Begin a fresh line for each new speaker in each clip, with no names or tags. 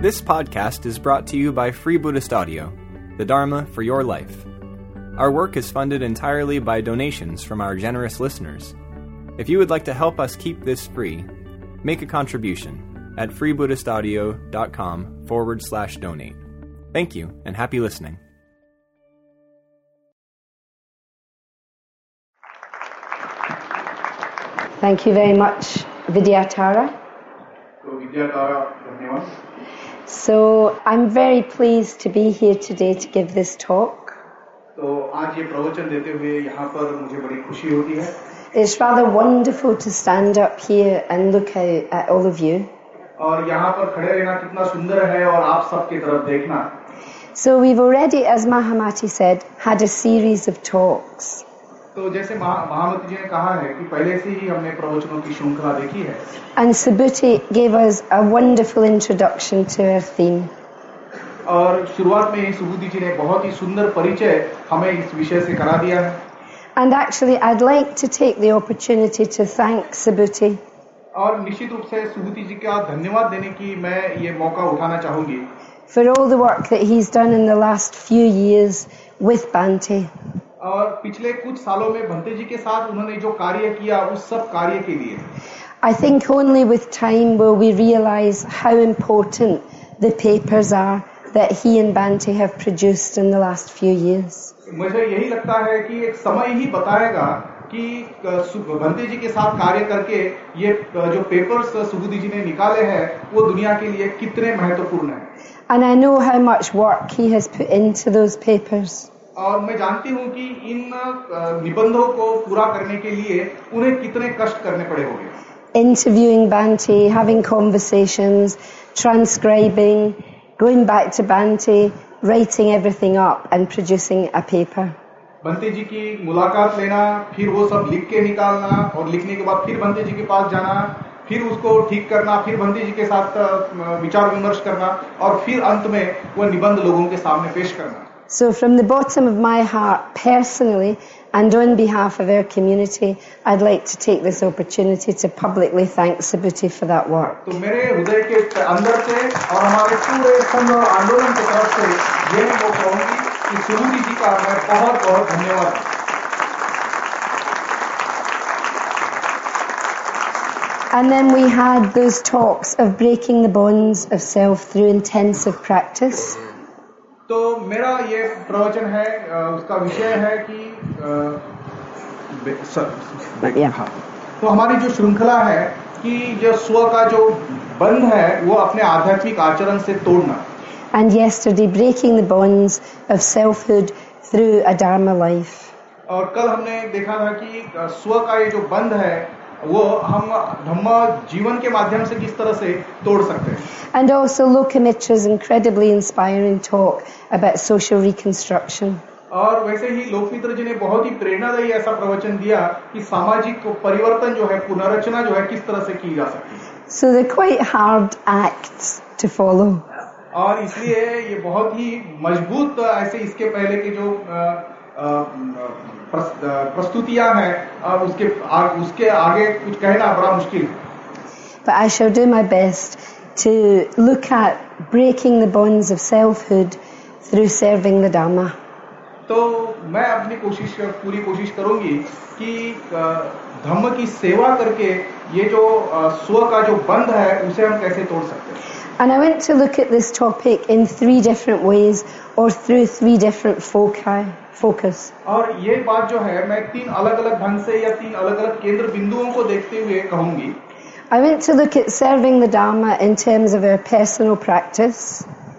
This podcast is brought to you by Free Buddhist Audio, the Dharma for your life. Our work is funded entirely by donations from our generous listeners. If you would like to help us keep this free, make a contribution at freebuddhistaudio.com forward slash donate. Thank you and happy listening.
Thank you very much, Vidyatara.
तो विद्याधारा धन्यवाद
So I'm very pleased to be here today to give this talk.
तो आज ये प्रवचन देते हुए यहाँ पर मुझे बड़ी खुशी होती है
It's rather wonderful to stand up here and look out at all of you.
और यहाँ पर खड़े रहना कितना सुंदर है और आप सबकी तरफ देखना
So we've already, as Mahamati said, had a series of talks.
तो जैसे महा- महामती जी ने कहा है कि पहले से ही हमने प्रवचनों की श्रृंखला देखी है
And Subhuti gave us a wonderful introduction to our theme.
और शुरुआत में ही सुबुद्धि जी ने बहुत ही सुंदर परिचय हमें इस विषय से करा दिया है
And actually, I'd like to take the opportunity to thank Subhuti
और निश्चित रूप से सुबुद्धि जी का धन्यवाद देने की मैं ये मौका उठाना चाहूंगी
for all the work that he's done in the last few years with Bhante.
और पिछले कुछ सालों में भंते जी के साथ उन्होंने जो कार्य किया उस सब कार्य के लिए
I think only with time will we realise how important the papers are that he and Bante have produced in the last few years.
मुझे यही लगता है कि एक समय ही बताएगा कि अ, सु- भंते जी के साथ कार्य करके ये अ, जो पेपर्स सुबुद्धि जी ने निकाले हैं वो दुनिया के लिए कितने महत्वपूर्ण हैं
And I know how much work he has put into those papers.
और मैं जानती हूँ कि इन अ, निबंधों को पूरा करने के लिए उन्हें कितने कष्ट करने पड़े होंगे
Interviewing Bante, having conversations, transcribing, going back to Bante, writing everything up and producing a paper.
Bhante जी की मुलाकात लेना फिर वो सब लिख के निकालना और लिखने के बाद फिर बंते जी के पास जाना फिर उसको ठीक करना फिर बंते जी के साथ अ, विचार विमर्श करना और फिर अंत में वो निबंध लोगों के सामने पेश करना
So, from the bottom of my heart, personally, and on behalf of our community, I'd like to take this opportunity to publicly thank Subhuti for that work.
तो मेरे हृदय के अंदर से और हमारे पूरे संघ और आंदोलन की तरफ से ये मैं वो कहूंगी कि सुनीति जी का मैं बहुत बहुत धन्यवाद
And then we had those talks of breaking the bonds of self through intensive practice.
तो मेरा ये प्रवचन है अ, उसका विषय है कि अ, बे- स- बे-
Yeah.
हाँ। तो हमारी जो श्रृंखला है कि जो स्व का जो बंध है वो अपने आध्यात्मिक आचरण से तोड़ना
And yesterday, breaking the bonds of selfhood through a Dharma life.
और कल हमने देखा था कि अ, स्व का ये जो बंध है वो हम धम्म जीवन के माध्यम से किस तरह से तोड़ सकते हैं
And also Lokamitra's incredibly inspiring talk about social reconstruction.
और वैसे ही लोकमित्र जी ने बहुत ही प्रेरणादायी ऐसा प्रवचन दिया कि सामाजिक परिवर्तन जो है पुनर्रचना जो है किस तरह से की जा सकती है
So, they're quite hard acts to follow.
और इसलिए ये बहुत ही मजबूत ऐसे इसके पहले के जो अ, अ, प्रस- अ, प्रस्तुतियां हैं और उसके आ, उसके आगे कुछ कहना बड़ा मुश्किल है
But I shall do my best to look at breaking the bonds of selfhood through serving the Dharma.
तो मैं अपनी कोशिश पूरी कोशिश करूंगी कि अ, धम्म की सेवा करके ये जो अ, स्व का जो बंध है उसे हम कैसे तोड़ सकते हैं
And I want to look at this topic in three different ways or through three different foci, focus.
और ये बात जो है मैं तीन अलग अलग ढंग से या तीन अलग अलग केंद्र बिंदुओं को देखते हुए कहूंगी
I want to look at serving the Dharma in terms of our personal practice.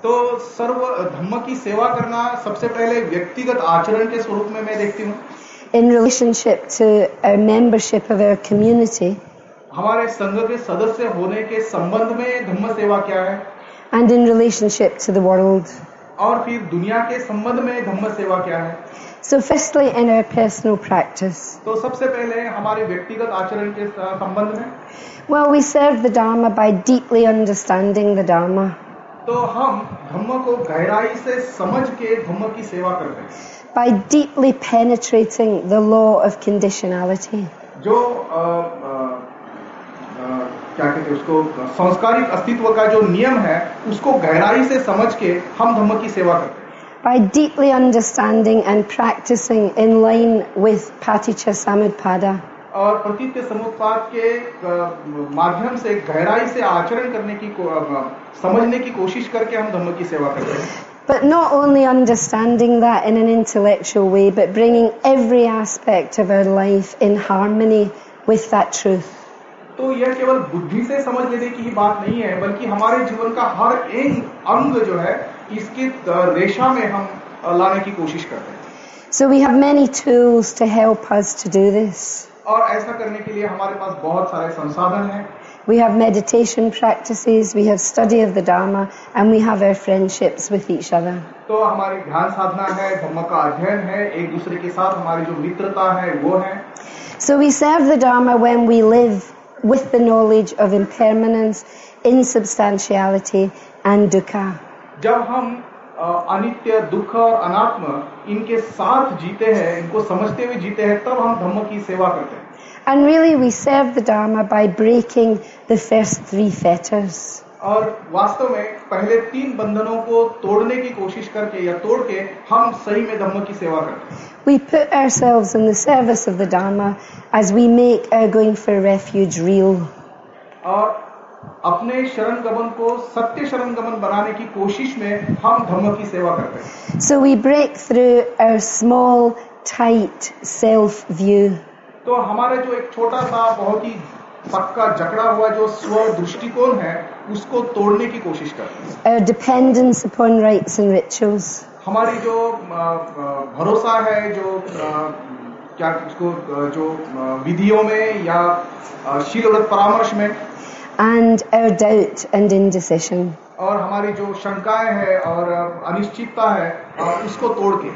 तो सर्व धम्म की सेवा करना सबसे पहले व्यक्तिगत आचरण के स्वरूप में मैं देखती हूँ
In relationship to our membership of our community
हमारे संघ के सदस्य होने के संबंध में धम्म सेवा क्या है
and in relationship to the world.
और फिर दुनिया के संबंध में धम्म सेवा क्या है
So, firstly, in our personal practice,
तो सबसे पहले हमारे व्यक्तिगत आचरण के स- संबंध में
well, we serve the Dharma by deeply understanding the Dharma.
तो हम धम्म को गहराई से समझ के धम्म की सेवा करते हैं
by deeply penetrating the law of conditionality.
जो अ, अ, अ, क्या कहते हैं उसको संस्कारिक अस्तित्व का जो नियम है उसको गहराई से समझ के हम धम्म की सेवा करते हैं
By deeply understanding and practicing in line with Paticca Samudpada,
और प्रतीत के समुत्पाद के अ, माध्यम से गहराई से आचरण करने की को- अ, समझने की कोशिश करके हम धम्म की सेवा करते हैं
But not only understanding that in an intellectual way, but bringing every aspect of our life in harmony with that truth.
तो यह केवल बुद्धि से समझ लेने की ही बात नहीं है बल्कि हमारे जीवन का हर एक अंग जो है इसकी अ, रेशा में हम अ, लाने की कोशिश करते हैं
So we have many tools to help us to do this.
और ऐसा करने के लिए हमारे पास बहुत सारे संसाधन हैं
We have meditation practices, we have study of the Dharma, and we have our friendships with each other.
तो हमारी ध्यान साधना है धर्म का अध्ययन है एक दूसरे के साथ हमारी जो मित्रता है वो है
So we serve the Dharma when we live with the knowledge of impermanence, insubstantiality, and dukkha.
जब हम अ, अनित्य दुख और अनात्म इनके साथ जीते हैं इनको समझते हुए जीते हैं तब हम धर्म की सेवा करते हैं
And really, we serve the Dharma by breaking the first three fetters.
और वास्तव में पहले तीन बंधनों को तोड़ने की कोशिश करके या तोड़ के हम सही में धर्म की सेवा करते हैं
We put ourselves in the service of the Dharma as we make our going for refuge real.
और अपने शरण गमन को सत्य शरण गमन बनाने की कोशिश में हम धर्म की सेवा करते हैं
So we break through our small, tight self view.
तो हमारा जो एक छोटा सा बहुत ही पक्का जकड़ा हुआ जो स्व दृष्टिकोण है उसको तोड़ने की कोशिश करते हैं
our dependence upon rites and rituals,
हमारी जो अ, अ, भरोसा है जो अ, क्या उसको अ, जो अ, विधियों में या अ, शील व्रत परामर्श में
and our doubt and indecision.
और हमारी जो शंकाएं है और अ, अनिश्चितता है अ, उसको तोड़ के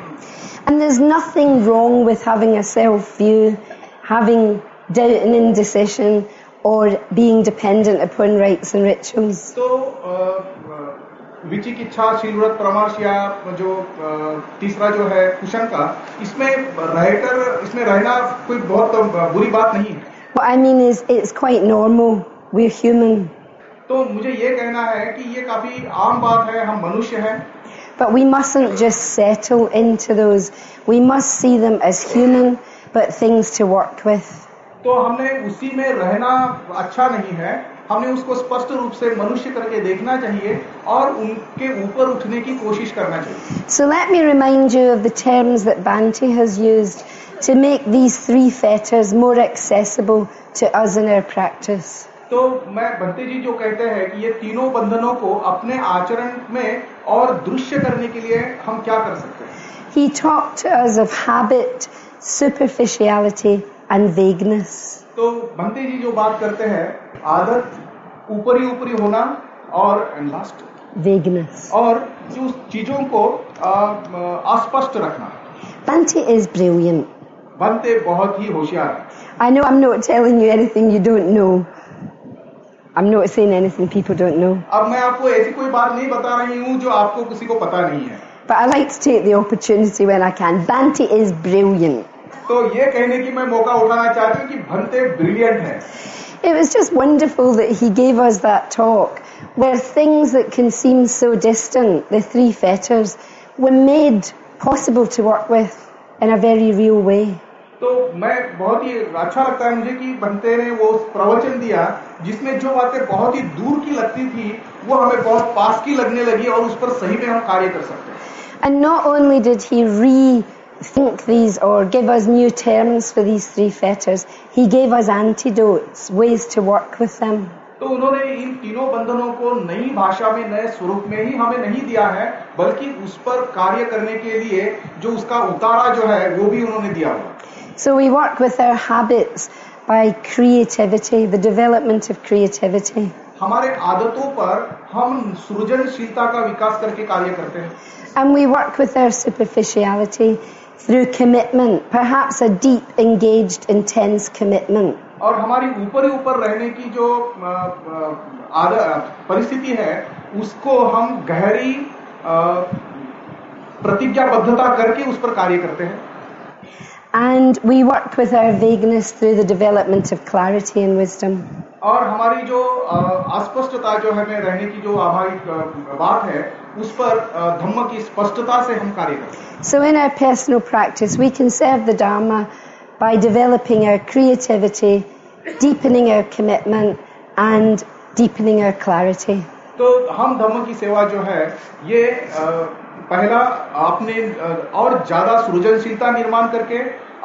And there's nothing wrong with having a self view, having doubt and indecision, or being dependent upon rites and rituals.
तो अ, अ, विचिकित्सा शीलव्रत परामर्श या जो अ, तीसरा जो है कुशंका इसमें रहकर इसमें रहना कोई बहुत बुरी बात नहीं है
What I mean is, it's quite normal. We're human.
तो मुझे ये कहना है कि ये काफी आम बात है हम मनुष्य हैं
But we mustn't just settle into those. We must see them as human, but things to work with.
तो हमने उसी में रहना अच्छा नहीं है हमने उसको स्पष्ट रूप से मनुष्य करके देखना चाहिए और उनके ऊपर उठने की कोशिश करना चाहिए
So let me remind you of the terms that Banti has used to make these three fetters more accessible to us in our practice.
तो मैं भंते जी जो कहते हैं कि ये तीनों बंधनों को अपने आचरण में और दृश्य करने के लिए हम क्या कर सकते हैं
He talked to us of habit, superficiality, and vagueness.
तो भंते जी जो बात करते हैं आदत ऊपरी ऊपरी होना और लास्ट
Vagueness.
और जो उस चीजों को अ, अ, अस्पष्ट रखना
Banti is brilliant.
बनते बहुत ही होशियार हैं
I know I'm not telling you anything you don't know. I'm not saying anything people don't know.
अब मैं आपको ऐसी कोई बात नहीं बता रही हूँ जो आपको किसी को पता नहीं है
But I like to take the opportunity when I can. Banti is brilliant.
तो ये कहने की मैं मौका उठाना चाहती हूँ कि भंते ब्रिलियंट है
It was just wonderful that he gave us that talk where things that can seem so distant, the three fetters, were made possible to work with in a very real way.
तो मैं बहुत ही अच्छा लगता है मुझे कि बनते ने वो प्रवचन दिया जिसमें जो बातें बहुत ही दूर की लगती थी वो हमें बहुत पास की लगने लगी और उस पर सही में हम कार्य कर सकते हैं
And not only did he rethink these or give us new terms for these three fetters, he gave us antidotes, ways to work with them.
तो उन्होंने इन तीनों बंधनों को नई भाषा में नए स्वरूप में ही हमें नहीं दिया है बल्कि उस पर कार्य करने के लिए जो उसका उतारा जो है वो भी उन्होंने दिया हुआ है।
So we work with our habits by creativity, the development of creativity.
हमारे आदतों पर हम सृजनशीलता का विकास करके कार्य करते हैं
And we work with our superficiality through commitment, perhaps a deep, engaged, intense commitment.
और हमारी ऊपर ही ऊपर रहने की जो अ, अ, आद- परिस्थिति है उसको हम गहरी अ, प्रतिज्ञाबद्धता करके उस पर कार्य करते हैं
And we work with our vagueness through the development of clarity and wisdom.
और हमारी जो अ, अस्पष्टता जो हमें रहने की जो आभाविक अ, बात है उस पर अ, धम्म की स्पष्टता से हम कार्य करते हैं
So, in our personal practice, we can serve the Dharma by developing our creativity, deepening our commitment, and deepening our clarity.
तो हम धम्म की सेवा जो है ये अ, पहला आपने अ, और ज्यादा सृजनशीलता निर्माण करके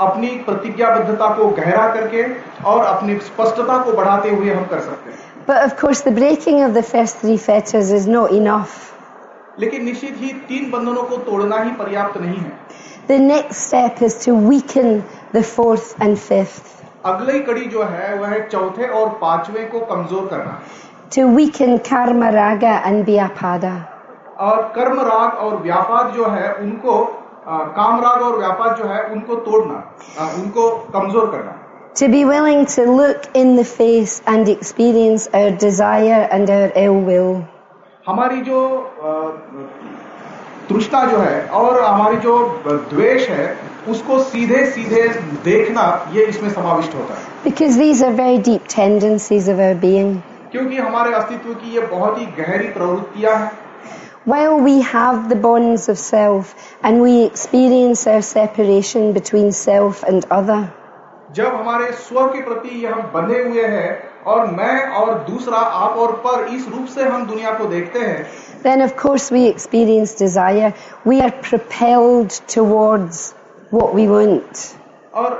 अपनी प्रतिज्ञाबद्धता को गहरा करके और अपनी स्पष्टता को बढ़ाते हुए हम कर सकते हैं
But of course, the breaking of the first three fetters is not enough.
लेकिन निश्चित ही तीन बंधनों को तोड़ना ही पर्याप्त नहीं है
The next step is to weaken the fourth and fifth,
अगली कड़ी जो है वह है चौथे और पांचवें को कमजोर करना
to weaken karma raga and vyapada.
और कर्म राग और व्यापाद जो है उनको अ, काम राग और व्यापाद जो है उनको तोड़ना अ, उनको कमजोर करना
To be willing to look in the face and experience our desire and our ill will.
हमारी जो अ, तृष्णा जो है और हमारी जो द्वेष है उसको सीधे सीधे देखना ये इसमें समाविष्ट होता है
Because these are very deep tendencies of our being.
क्योंकि हमारे अस्तित्व की ये बहुत ही गहरी प्रवृत्तियां हैं
While we have the bonds of self and we experience our separation between self and other,
जब हमारे स्व के प्रति ये हम बंधे हुए हैं और मैं और दूसरा आप और पर इस रूप से हम दुनिया को देखते हैं
then of course we experience desire. We are propelled towards what we want.
और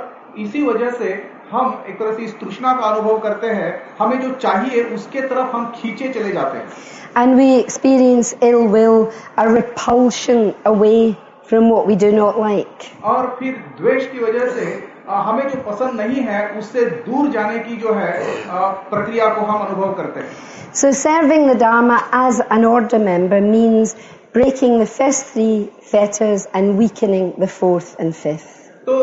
इसी वजह से हम एक तरह से इस तृष्णा का अनुभव करते हैं हमें जो चाहिए उसके तरफ हम खींचे चले जाते हैं
And we experience ill will, a repulsion away from what we do not like.
और फिर द्वेष की वजह से अ, हमें जो पसंद नहीं है उससे दूर जाने की जो है अ, प्रक्रिया को हम अनुभव करते हैं
So serving the Dharma as an order member means breaking the first three fetters and weakening the fourth and fifth.
तो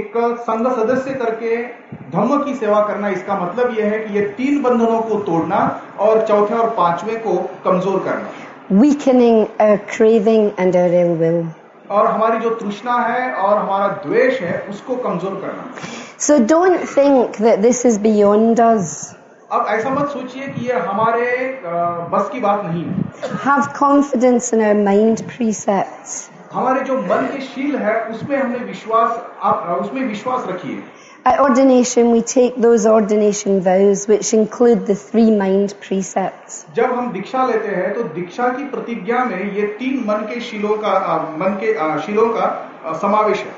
एक संघ सदस्य करके धम्म की सेवा करना इसका मतलब यह है कि ये तीन बंधनों को तोड़ना और चौथे और पांचवें को कमजोर करना
weakening our craving and our ill will.
और हमारी जो तृष्णा है और हमारा द्वेष है उसको कमजोर करना
So don't think that this is beyond us.
अब ऐसा मत सोचिए कि ये हमारे अ, बस की बात नहीं है
Have confidence in our mind precepts.
हमारे जो मन के शील है उसमें हमने विश्वास आप अ, उसमें विश्वास रखिए
At ordination, we take those ordination vows which include the three mind precepts.
जब हम दीक्षा लेते हैं तो दीक्षा की प्रतिज्ञा में ये तीन मन के शीलों का अ, मन के अ, शीलों का अ, समावेश है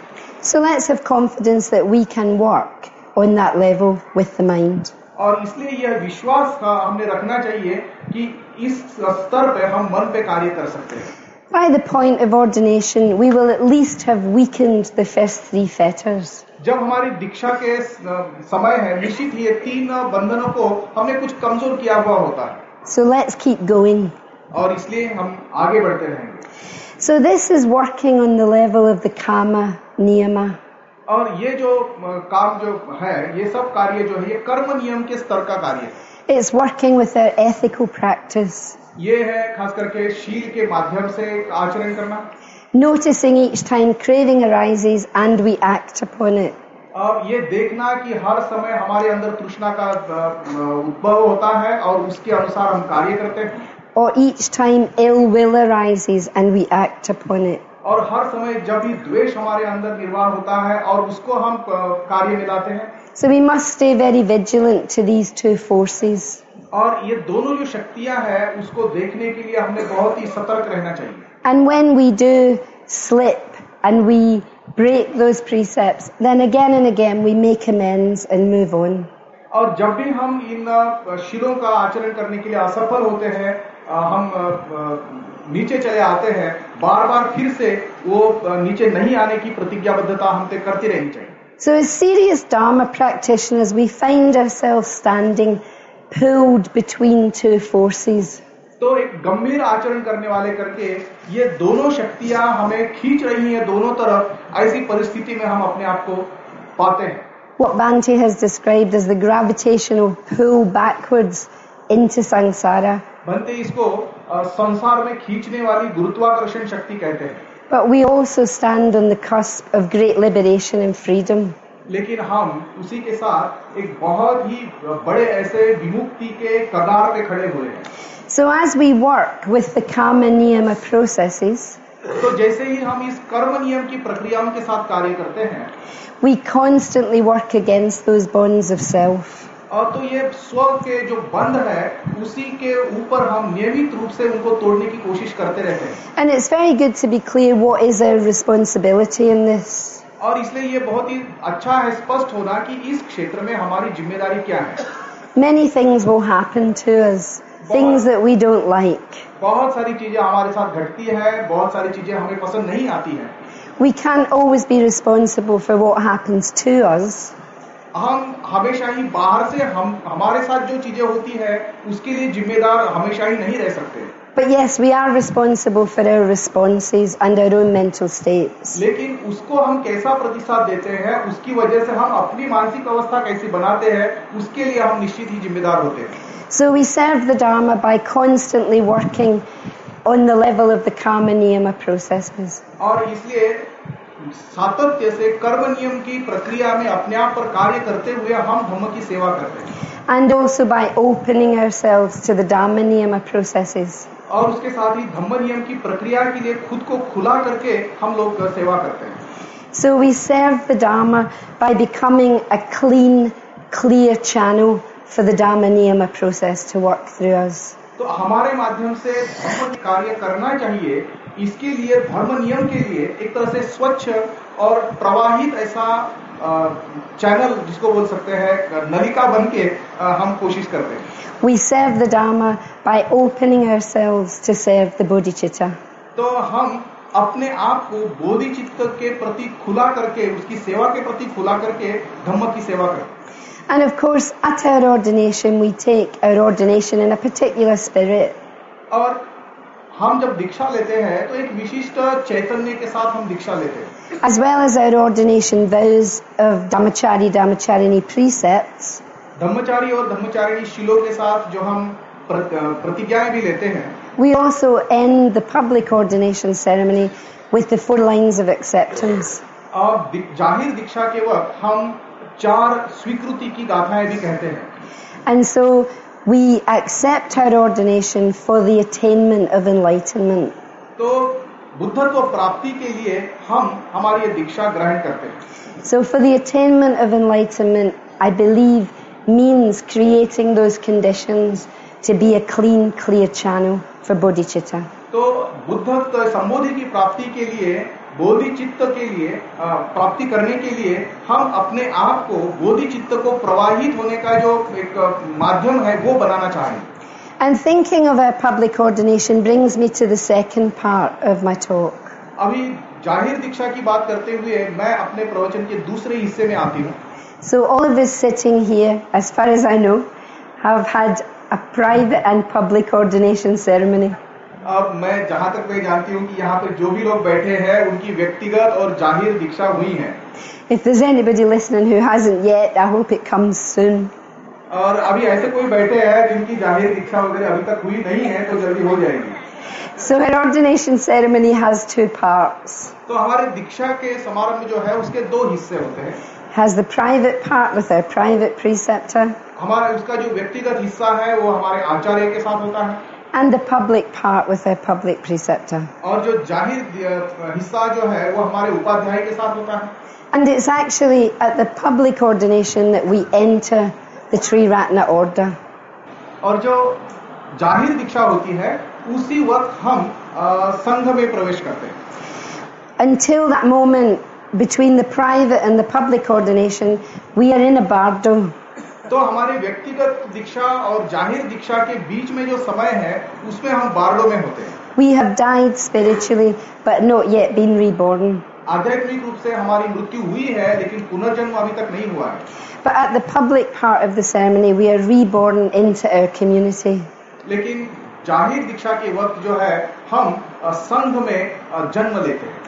So let's have confidence that we can work on that level with the mind.
और इसलिए यह विश्वास का हमने रखना चाहिए कि इस स्तर पे हम मन पे कार्य कर सकते हैं
By the point of ordination, we will at least have weakened the first three fetters.
जब हमारी दीक्षा के स- समय है निश्चित ही ये तीन बंधनों को हमने कुछ कमजोर किया हुआ होता है
So let's keep going.
और इसलिए हम आगे बढ़ते रहेंगे
So this is working on the level of the karma niyama.
और ये जो अ, काम जो है ये सब कार्य जो है ये कर्म नियम के स्तर का कार्य है
It's working with our ethical practice,
ये है खास करके शील के माध्यम से आचरण करना
noticing each time craving arises and we act upon it.
और ये देखना कि हर समय हमारे अंदर तृष्णा का अ, अ, उद्भव होता है और उसके अनुसार हम कार्य करते हैं
Or each time ill will arises and we act upon it.
और हर समय जब भी द्वेष हमारे अंदर निर्माण होता है और उसको हम अ, कार्य में लाते हैं
So we must stay very vigilant to these two forces.
और ये दोनों जो शक्तियां हैं उसको देखने के लिए हमने बहुत ही सतर्क रहना चाहिए
And when we do slip and we break those precepts, then again and again we make amends and move on.
और जब भी हम इन अ, शीलों का आचरण करने के लिए असफल होते हैं अ, हम अ, अ, नीचे चले आते हैं बार बार फिर से वो अ, नीचे नहीं आने की प्रतिज्ञाबद्धता हमसे करती रहनी चाहिए
So, as serious Dharma practitioners, we find ourselves standing pulled between two forces.
तो एक गंभीर आचरण करने वाले करके ये दोनों शक्तियां हमें खींच रही हैं दोनों तरफ ऐसी परिस्थिति में हम अपने आप को पाते हैं
What Bhante has described as the gravitational pull backwards into samsara.
बनते इसको अ, संसार में खींचने वाली गुरुत्वाकर्षण शक्ति कहते हैं
But we also stand on the cusp of great liberation and freedom.
लेकिन हम उसी के साथ एक बहुत ही बड़े ऐसे विमुक्ति के कगार पे खड़े हुए हैं
So as we work with the karma niyama processes,
तो जैसे ही हम इस कर्म नियम की प्रक्रियाओं के साथ कार्य करते हैं
we constantly work against those bonds of self.
और तो ये स्व के जो बंध है उसी के ऊपर हम नियमित रूप से उनको तोड़ने की कोशिश करते रहते हैं
And it's very good to be clear what is our responsibility in this.
और इसलिए ये बहुत ही अच्छा है स्पष्ट होना कि इस क्षेत्र में हमारी जिम्मेदारी क्या है
Many things will happen to us, things that we don't like.
बहुत सारी चीजें हमारे साथ घटती है बहुत सारी चीजें हमें पसंद नहीं आती है
We can't always be responsible for what happens to us,
हम हमेशा ही बाहर से हम हमारे साथ जो चीजें होती है उसके लिए जिम्मेदार हमेशा ही नहीं रह सकते
but yes, we are responsible for our responses and our own mental states.
लेकिन उसको हम कैसा प्रतिसाद देते हैं उसकी वजह से हम अपनी मानसिक अवस्था कैसी बनाते हैं उसके लिए हम निश्चित ही जिम्मेदार होते हैं
So we serve the Dharma by constantly working on the level of the karma niyama processes.
और इसलिए सातत्य से कर्म नियम की प्रक्रिया में अपने आप पर कार्य करते हुए हम धर्म की सेवा करते हैं
and also by opening ourselves to the Dhamma Niyama processes.
और उसके साथ ही धम्म नियम की प्रक्रिया के लिए खुद को खुला करके हम लोग सेवा करते हैं
So we serve the Dharma by becoming a clean, clear channel for the Dhamma Niyama process to work through us.
तो हमारे माध्यम से धर्म कार्य करना चाहिए इसके लिए धर्म नियम के लिए एक तरह से स्वच्छ और प्रवाहित ऐसा अ, चैनल जिसको बोल सकते हैं नलिका बन के अ, हम कोशिश करते हैं
We serve the Dharma by opening ourselves to serve the bodhicitta.
तो हम अपने आप को बोधिचित्त के प्रति खुला करके उसकी सेवा के प्रति खुला करके धम्म की सेवा करते हैं
And of course, at our ordination, we take our ordination in a particular spirit.
और हम जब दीक्षा लेते हैं तो एक विशिष्ट चैतन्य के साथ हम दीक्षा लेते हैं
As well as our ordination vows of Dhammachari Dhammacharini precepts,
Dhammachari और धम्मचारिणी शिलों के साथ जो हम प्रत- प्रतिज्ञाएं भी लेते हैं
We also end the public ordination ceremony with the four lines of acceptance.
और दि- जाहिर दीक्षा के वक्त हम चार स्वीकृति की गाथाएं भी कहते हैं
And so we accept our ordination for the attainment of enlightenment.
तो बुद्धत्व प्राप्ति के लिए हम हमारी ये दीक्षा ग्रहण करते हैं
So, for the attainment of enlightenment, I believe means creating those conditions to be a clean, clear channel for bodhicitta.
तो बुद्धत्व संबोधि की प्राप्ति के लिए बोधि चित्त के लिए अ, प्राप्ति करने के लिए हम अपने आप को बोधि चित्त को प्रवाहित होने का जो एक अ, माध्यम है वो बनाना चाहेंगे
And thinking of our public ordination brings me to the second part of my talk.
अभी जाहिर दीक्षा की बात करते हुए मैं अपने प्रवचन के दूसरे हिस्से में आती हूँ
So all of us sitting here, as far as I know, have had a private and public ordination ceremony.
अब मैं जहाँ तक मैं जानती हूँ कि यहाँ पे जो भी लोग बैठे हैं उनकी व्यक्तिगत और जाहिर दीक्षा हुई है
If there's anybody listening who hasn't yet, I hope it comes soon.
और अभी ऐसे कोई बैठे हैं जिनकी जाहिर दीक्षा वगैरह अभी तक हुई नहीं है तो जल्दी हो जाएगी
So our ordination ceremony has two parts.
तो हमारे दीक्षा के समारंभ जो है उसके दो हिस्से होते हैं
Has the private part with our private preceptor
हमारा उसका जो व्यक्तिगत हिस्सा है वो हमारे आचार्य के साथ होता है
and the public part with our public preceptor.
और जो जाहिर अ, हिस्सा जो है वो हमारे उपाध्याय के साथ होता है
And it's actually at the public ordination that we enter the Sri Ratna order.
और जो जाहिर दीक्षा होती है उसी वक्त हम अ, संघ में प्रवेश करते हैं
until that moment between the private and the public ordination, we are in a bardo.
तो हमारे व्यक्तिगत दीक्षा और जाहिर दीक्षा के बीच में जो समय है उसमें हम बारडों में होते हैं
We have died spiritually, but not yet been reborn.
आध्यात्मिक रूप से हमारी मृत्यु हुई है लेकिन पुनर्जन्म अभी तक नहीं हुआ है
But at the public part of the ceremony, we are reborn into our community.
लेकिन जाहिर दीक्षा के वक्त जो है हम अ, संघ में अ, जन्म लेते हैं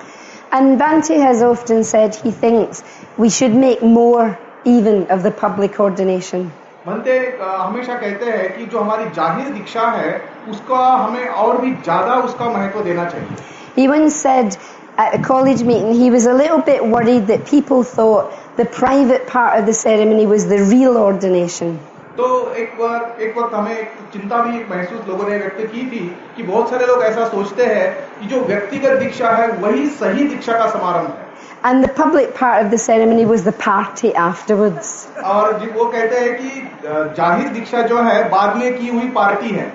And Bhante has often said he thinks we should make more even of the public ordination.
बनते अ, हमेशा कहते हैं कि जो हमारी जाहिर दीक्षा है उसका हमें और भी ज्यादा उसका महत्व देना चाहिए
He once said at the college meeting, he was a little bit worried that people thought the private part of the ceremony was the real ordination.
तो एक बार एक वक्त हमें एक चिंता भी महसूस लोगों ने व्यक्त की थी कि बहुत सारे लोग ऐसा सोचते हैं कि जो व्यक्तिगत दीक्षा है वही सही दीक्षा का समारंभ है
And the public part of the ceremony was the party afterwards.
और जी वो कहते हैं कि अ, जाहिर दीक्षा जो है बाद में की हुई पार्टी है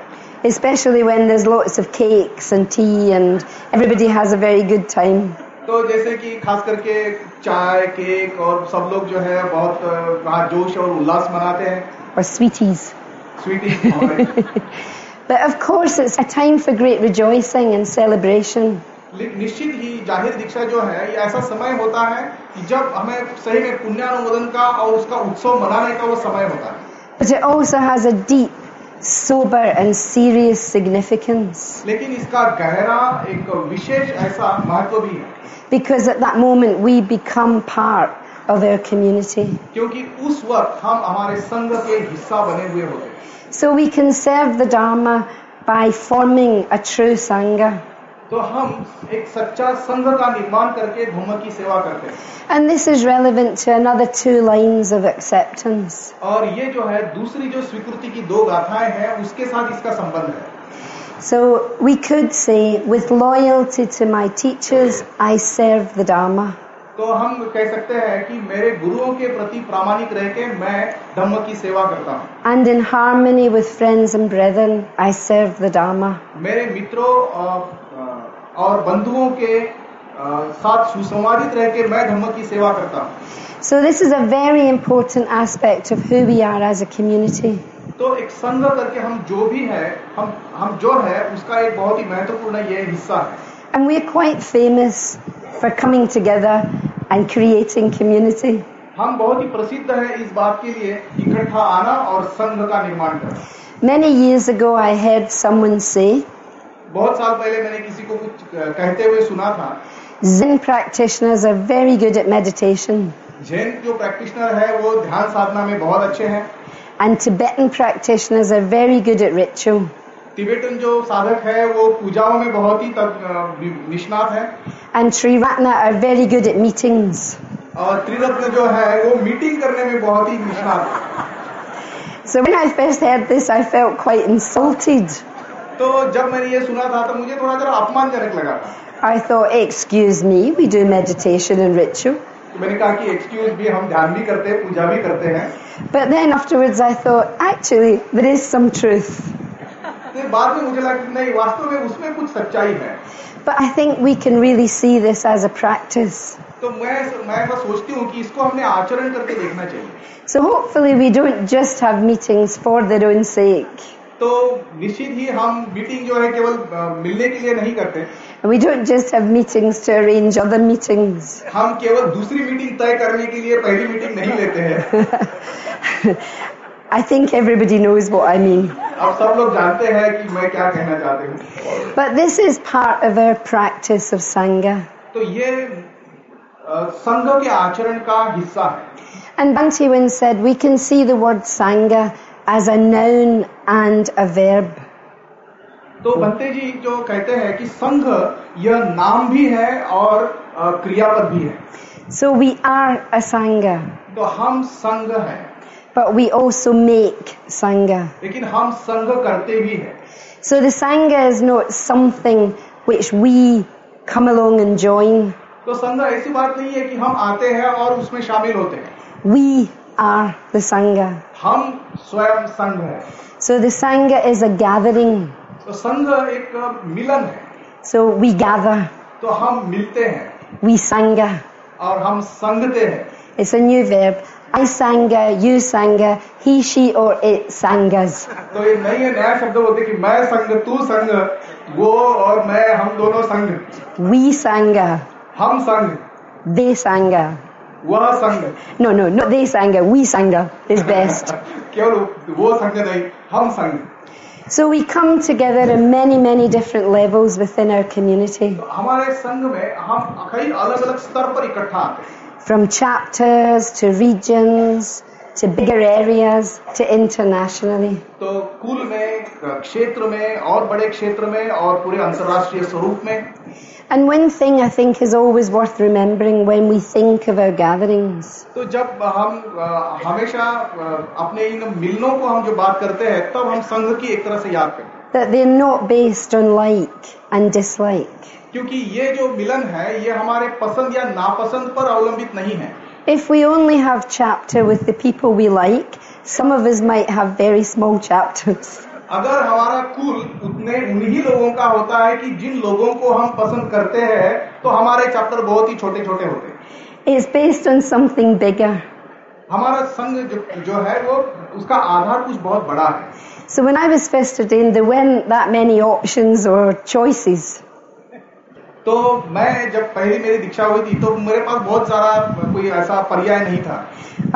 Especially when there's lots of cakes and tea and everybody has a very good time.
तो जैसे कि खास करके चाय केक और सब लोग जो है बहुत अ, वहाँ जोश और उल्लास मनाते हैं
Or sweeties.
Sweety
But of course, it's a time for great rejoicing and celebration.
लेकिन निश्चित ही जाहिर दीक्षा जो है ये ऐसा समय होता है कि जब हमें सही में पुण्यानुमोदन का और उसका उत्सव मनाने का वो समय होता है
But it also has a deep, sober, and serious significance.
लेकिन इसका गहरा एक विशेष ऐसा महत्व भी है
Because at that moment, we become part of our community.
क्योंकि उस वक्त हम हमारे संघ के हिस्सा बने हुए होते हैं
So we can serve the Dharma by forming a true Sangha.
तो हम एक सच्चा संघ का निर्माण करके धर्म की सेवा करते हैं
And this is relevant to another two lines of acceptance.
और ये जो है दूसरी जो स्वीकृति की दो गाथाएं हैं उसके साथ इसका संबंध है
So we could say, with loyalty to my teachers, I serve the Dharma.
तो हम कह सकते हैं कि मेरे गुरुओं के प्रति प्रामाणिक रह के मैं धर्म की सेवा करता हूँ
And in harmony with friends and brethren, I serve the Dharma.
मेरे मित्रों और और बंधुओं के अ, साथ सुसंवादित रह के मैं धर्म की सेवा करता हूँ
So this is a very important aspect of who we are as a community.
तो एक संघ करके हम जो भी है हम हम जो है उसका एक बहुत ही महत्वपूर्ण ये हिस्सा है
And we're quite famous for coming together and creating community.
हम बहुत ही प्रसिद्ध है इस बात के लिए इकट्ठा आना और संघ का निर्माण करना
Many years ago, I heard someone say,
बहुत साल पहले मैंने किसी को कुछ अ, कहते हुए सुना था
Zen practitioners are very good at meditation,
Jain जो प्रैक्टिशनर है वो ध्यान साधना में बहुत अच्छे हैं
and Tibetan practitioners are very good at ritual.
Tibetan जो साधक है वो पूजाओं में बहुत ही तक- अ, निष्णात है
And Sri Ratna are very good at meetings.
और त्रिरत्न जो है वो मीटिंग करने में बहुत ही निष्णात है।
So when I first heard this, I felt quite insulted.
तो जब मैंने ये सुना था तो मुझे थोड़ा जरा अपमानजनक लगा था
I thought, excuse me, we do meditation and ritual.
तो मैंने कहा कि एक्सक्यूज भी हम ध्यान भी करते हैं पूजा भी करते हैं
But then afterwards, I thought, actually, there is some truth.
फिर बाद में मुझे लगा कि नहीं वास्तव में उसमें कुछ सच्चाई है
But I think we can really see this as a practice.
तो मैं मैं बस सोचती हूँ कि इसको हमने आचरण करके देखना चाहिए
So hopefully, we don't just have meetings for their own sake.
तो निश्चित ही हम मीटिंग जो है केवल अ, मिलने के लिए नहीं करते
And we don't just have meetings to arrange other meetings.
हम केवल दूसरी मीटिंग तय करने के लिए पहली मीटिंग नहीं लेते हैं
I think everybody knows what I mean.
अब सब लोग जानते हैं कि मैं क्या कहना चाहती हूँ
But this is part of our practice of Sangha.
तो ये अ, संघ के आचरण का हिस्सा है
And Bhante said we can see the word Sangha as a noun and a verb.
तो भंते जी जो कहते हैं कि संघ यह नाम भी है और अ, क्रियापद भी है
So we are a Sangha,
तो हम संघ हैं
but we also make Sangha.
लेकिन हम संघ करते भी हैं
So the Sangha is not something which we come along and join.
तो संघ ऐसी बात नहीं है कि हम आते हैं और उसमें शामिल होते हैं
We are the Sangha.
हम स्वयं संघ है
So the Sangha is a gathering.
तो संघ एक मिलन है
So we gather,
तो हम मिलते हैं
we Sangha.
और हम संगते हैं
It's a new verb. I Sangha, you Sangha, he, she, or it Sanghas.
तो ये नई नया शब्द बोलते हैं कि मैं संघ तू संघ वो और मैं हम दोनों संघ
We Sangha,
हम संघ
they Sangha.
वह संघ
No, no, not they Sangha, we Sangha is best.
केवल वो संघ नहीं हम संघ
so we come together in many, many different levels within our community.
तो हमारे संघ में हम कई अलग अलग स्तर पर इकट्ठा आते हैं
From chapters to regions to bigger areas, to internationally.
तो कुल में क्षेत्र में और बड़े क्षेत्र में और पूरे अंतर्राष्ट्रीय स्वरूप में
And one thing I think is always worth remembering when we think of our gatherings
तो जब हम अ, हमेशा अ, अपने इन मिलनों को हम जो बात करते हैं तब हम संघ की एक तरह से याद करते हैं
that they're not based on like and dislike.
क्योंकि ये जो मिलन है ये हमारे पसंद या नापसंद पर अवलंबित नहीं है
If we only have chapter with the people we like, some of us might have very small chapters.
अगर हमारा कुल उतने उन्हीं लोगों का होता है कि जिन लोगों को हम पसंद करते हैं तो हमारे चैप्टर बहुत ही छोटे छोटे होते हैं
It's based on something bigger.
हमारा संघ जो, जो है वो उसका आधार कुछ बहुत बड़ा है
So when I was Festerdine, there weren't that many options or choices.
तो मैं जब पहली मेरी दीक्षा हुई थी तो मेरे पास बहुत सारा कोई ऐसा पर्याय नहीं था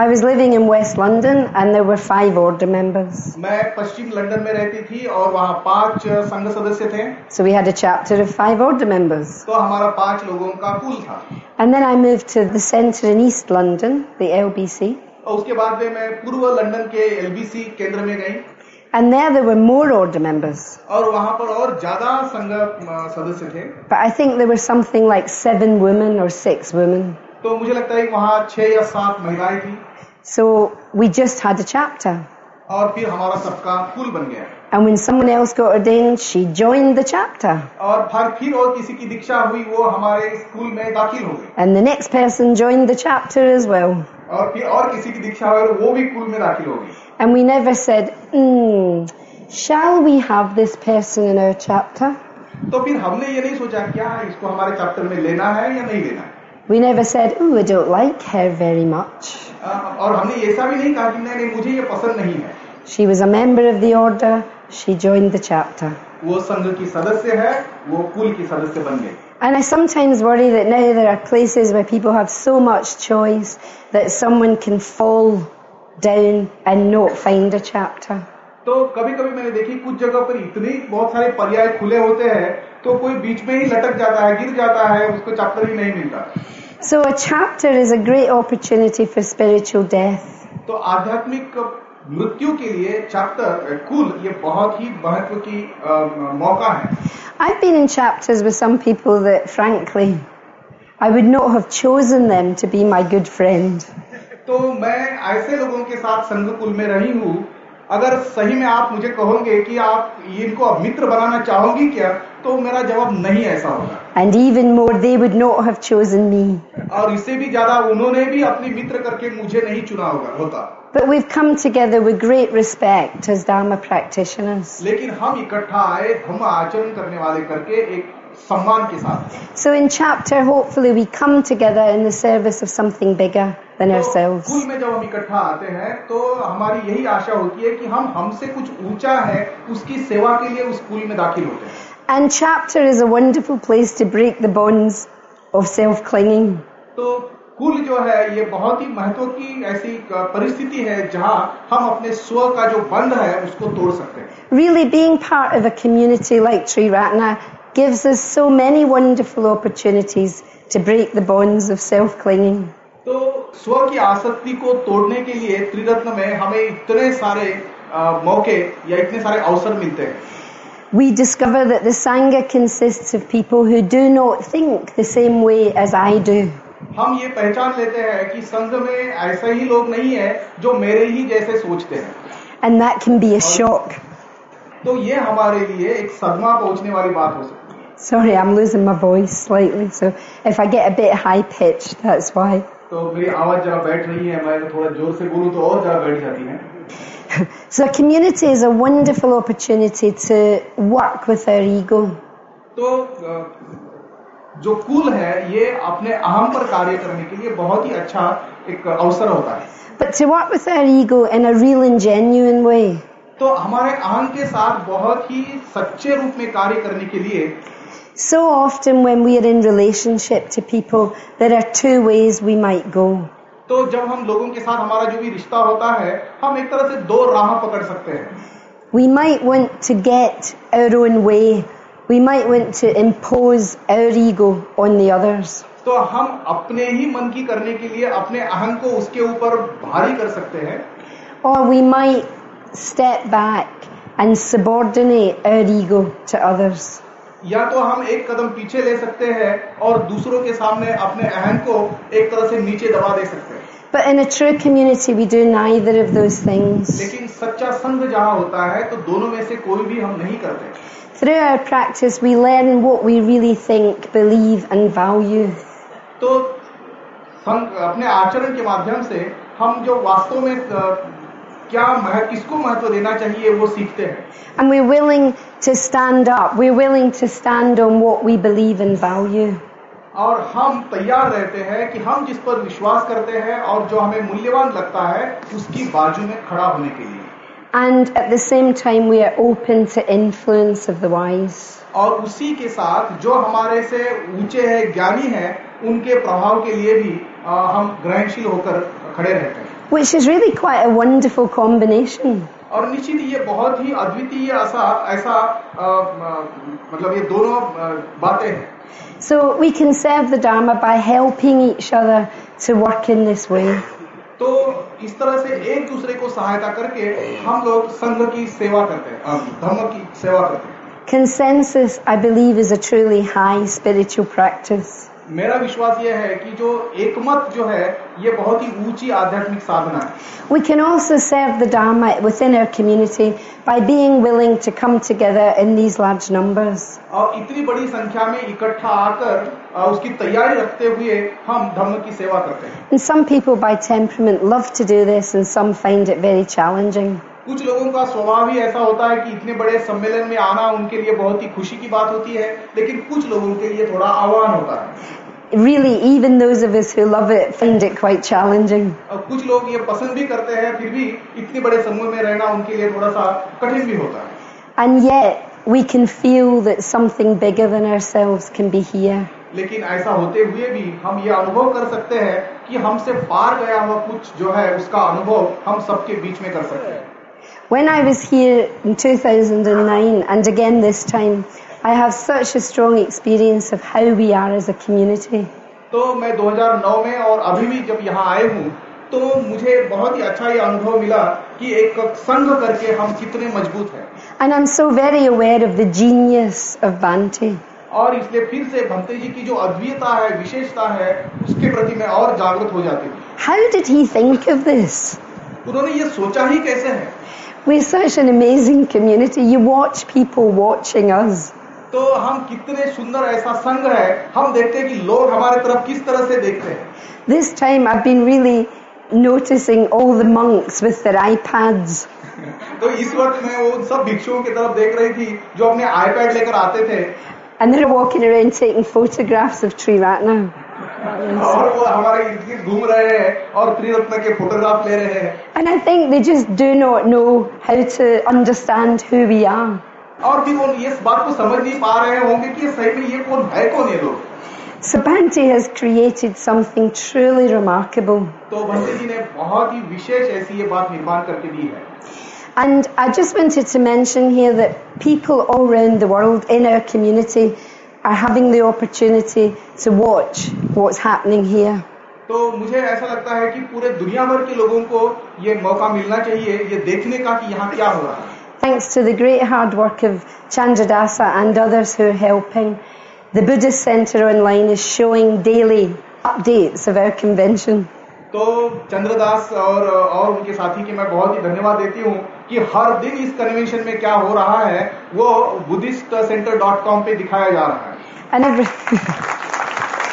I was living in West London and there were five order members.
मैं पश्चिम लंदन में रहती थी और वहाँ पांच संघ सदस्य थे
So we had a chapter of five order members.
तो हमारा पांच लोगों का कुल था
And then I moved to the centre in East London, the LBC.
और उसके बाद में मैं पूर्व लंदन के एलबीसी केंद्र में गई
And there there were more order members.
और वहाँ पर और ज्यादा संघ अ, सदस्य थे
But I think there were something like seven women or six women.
तो मुझे लगता है कि वहाँ छह या सात महिलाएं थी
So we just had a chapter.
और फिर हमारा सबका कुल बन गया
And when someone else got ordained, she joined the chapter.
और फिर फिर और किसी की दीक्षा हुई वो हमारे स्कूल में दाखिल हो गए
And the next person joined the chapter as well.
और फिर और किसी की दीक्षा हुई और वो भी कुल में दाखिल हो गई
And we never said, hmm, shall we have this person in our chapter?
तो फिर हमने ये नहीं सोचा क्या इसको हमारे चैप्टर में लेना है या नहीं लेना है
We never said, ooh, I don't like her very much.
अ, और हमने ऐसा भी नहीं कहा कि नहीं नहीं मुझे ये पसंद नहीं है
She was a member of the order, she joined the chapter.
वो संघ की सदस्य है वो कुल की सदस्य बन गई
And I sometimes worry that now there are places where people have so much choice that someone can fall down and not find a chapter.
तो कभी कभी मैंने देखी कुछ जगह पर इतने बहुत सारे पर्याय खुले होते हैं तो कोई बीच में ही लटक जाता है गिर जाता है उसको चैप्टर ही नहीं मिलता
So a chapter is a great opportunity for spiritual death.
तो आध्यात्मिक मृत्यु के लिए चैप्टर कुल ये बहुत ही महत्व की अ, मौका है
I've been in chapters with some people that, frankly, I would not have chosen them to be my good friend.
तो मैं ऐसे लोगों के साथ संघ कुल में रही हूँ अगर सही में आप मुझे कहोगे कि आप इनको मित्र बनाना चाहोगी क्या तो मेरा जवाब नहीं ऐसा होगा
And even more, they would not have chosen me.
और इससे भी ज्यादा उन्होंने भी अपने मित्र करके मुझे नहीं चुना होगा होता
But we've come together with great respect as Dharma practitioners.
लेकिन हम इकट्ठा आए हम आचरण करने वाले करके एक सम्मान के साथ
So in chapter, hopefully, we come together in the service of something bigger than
तो
ourselves.
कुल में जब हम इकट्ठा आते हैं तो हमारी यही आशा होती है कि हम हमसे कुछ ऊंचा है उसकी सेवा के लिए उस कुल में दाखिल होते हैं
And chapter is a wonderful place to break the bonds of self clinging.
तो कुल जो है ये बहुत ही महत्व की ऐसी परिस्थिति है जहाँ हम अपने स्व का जो बंध है उसको तोड़ सकते हैं
Really, being part of a community like Sri Ratna gives us so many wonderful opportunities to break the bonds of self clinging.
तो स्व की आसक्ति को तोड़ने के लिए त्रिरत्न में हमें इतने सारे अ, मौके या इतने सारे अवसर मिलते हैं
We discover that the Sangha consists of people who do not think the same way as I do.
हम ये पहचान लेते हैं कि संघ में ऐसे ही लोग नहीं है जो मेरे ही जैसे सोचते हैं
And that can be a shock.
तो ये हमारे लिए एक सदमा पहुंचने वाली बात हो सकती है
Sorry, I'm losing my voice slightly, so if I get a bit high pitched, that's why.
तो मेरी आवाज जरा बैठ रही है मैं थोड़ा जोर से बोलूं तो और जरा बैठ जाती है
So, a community is a wonderful opportunity to work with our ego.
तो अ, जो कुल है ये अपने अहम पर कार्य करने के लिए बहुत ही अच्छा एक अवसर होता है
But to work with our ego in a real and genuine way.
तो हमारे अहम के साथ बहुत ही सच्चे रूप में कार्य करने के लिए
So often, when we are in relationship to people, there are two ways we might go.
तो जब हम लोगों के साथ हमारा जो भी रिश्ता होता है हम एक तरह से दो राह पकड़ सकते हैं
We might want to get our own way, we might want to impose our ego on the others.
तो हम अपने ही मन की करने के लिए अपने अहम को उसके ऊपर भारी कर सकते हैं
Or we might step back and subordinate our ego to others.
या तो हम एक कदम पीछे ले सकते हैं और दूसरों के सामने अपने अहम को एक तरह से नीचे दबा दे सकते हैं
But in a true community, we do neither of those things.
लेकिन सच्चा संघ जहाँ होता है तो दोनों में से कोई भी हम नहीं करते
Through our practice, we learn what we really think, believe, and value.
तो संघ अपने आचरण के माध्यम से हम जो वास्तव में अ, क्या मह- किसको महत्व देना चाहिए वो सीखते हैं
And we're willing to stand up, we're willing to stand on what we believe and value.
और हम तैयार रहते हैं कि हम जिस पर विश्वास करते हैं और जो हमें मूल्यवान लगता है उसकी बाजू में खड़ा होने के लिए
And at the same time, we are open to influence of the wise.
और उसी के साथ जो हमारे से ऊंचे हैं ज्ञानी हैं उनके प्रभाव के लिए भी अ, हम ग्रहणशील होकर खड़े रहते हैं
Which is really quite a wonderful combination.
और निश्चित ही ये बहुत ही अद्वितीय ऐसा ऐसा अ, म, मतलब ये दोनों अ, बातें हैं
So we can serve the Dharma by helping each other to work in this way.
तो इस तरह से एक दूसरे को सहायता करके हम लोग संघ की सेवा करते हैं अ, धर्म की सेवा करते हैं
Consensus, I believe, is a truly high spiritual practice.
मेरा विश्वास यह है कि जो एकमत जो है ये बहुत ही ऊंची आध्यात्मिक साधना है
We can also serve the Dharma within our community by being willing to come together in these large numbers.
और इतनी बड़ी संख्या में इकट्ठा आकर अ, उसकी तैयारी रखते हुए हम धर्म की सेवा करते हैं
And some people by temperament love to do this and some find it very challenging.
कुछ लोगों का स्वभाव ही ऐसा होता है कि इतने बड़े सम्मेलन में आना उनके लिए बहुत ही खुशी की बात होती है लेकिन कुछ लोगों के लिए थोड़ा आह्वान होता है
Really, even those of us who love it find it quite challenging.
और कुछ लोग ये पसंद भी करते हैं फिर भी इतने बड़े समूह में रहना उनके लिए थोड़ा सा कठिन भी होता है
And yet, we can feel that something bigger than ourselves can be here.
लेकिन ऐसा होते हुए भी हम ये अनुभव कर सकते हैं कि हमसे पार गया हुआ कुछ जो है उसका अनुभव हम सबके बीच में कर सकते हैं
When I was here in 2009 and again this time, I have such a strong experience of how we are as a community.
तो मैं 2009 में और अभी भी जब यहाँ आए हूँ तो मुझे बहुत ही अच्छा ये अनुभव मिला कि एक संघ करके हम कितने मजबूत हैं
And I'm so very aware of the genius of Bhante.
और इसलिए फिर से भंते जी की जो अद्वियता है विशेषता है उसके प्रति मैं और जागरूक हो जाती हूँ
How did he think of this?
उन्होंने ये सोचा ही कैसे है
We're such an amazing community. You watch people watching us.
तो हम कितने सुंदर ऐसा संघ है हम देखते हैं कि लोग हमारे तरफ किस तरह से देखते हैं
This time I've been really noticing all the monks with their iPads.
तो इस वक्त मैं वो उन सब भिक्षुओं की तरफ देख रही थी जो अपने आईपैड लेकर आते थे
And they're walking around taking photographs of Sri Ratna.
और वो हमारे इर्द गिर्द घूम रहे हैं और त्रिरत्न के फोटोग्राफ ले रहे हैं
And I think they just do not know how to understand who we are.
और फिर वो ये इस बात को समझ नहीं पा रहे होंगे कि ये सही में ये कौन है कौन ये लोग
So Bhante has created something truly remarkable.
तो भंते जी ने बहुत ही विशेष ऐसी ये बात निर्माण करके दी है
And I just wanted to mention here that people all around the world in our community are having the opportunity to watch what's happening here.
तो मुझे ऐसा लगता है कि पूरे दुनिया भर के लोगों को ये मौका मिलना चाहिए ये देखने का कि यहाँ क्या हो रहा है
Thanks to the great hard work of Chandradasa and others who are helping, the Buddhist Centre online is showing daily updates of our convention.
तो चंद्रदास और और उनके साथी के मैं बहुत ही धन्यवाद देती हूँ कि हर दिन इस कन्वेंशन में क्या हो रहा है वो बुद्धिस्ट सेंटर डॉट कॉम पे दिखाया जा रहा है
And every-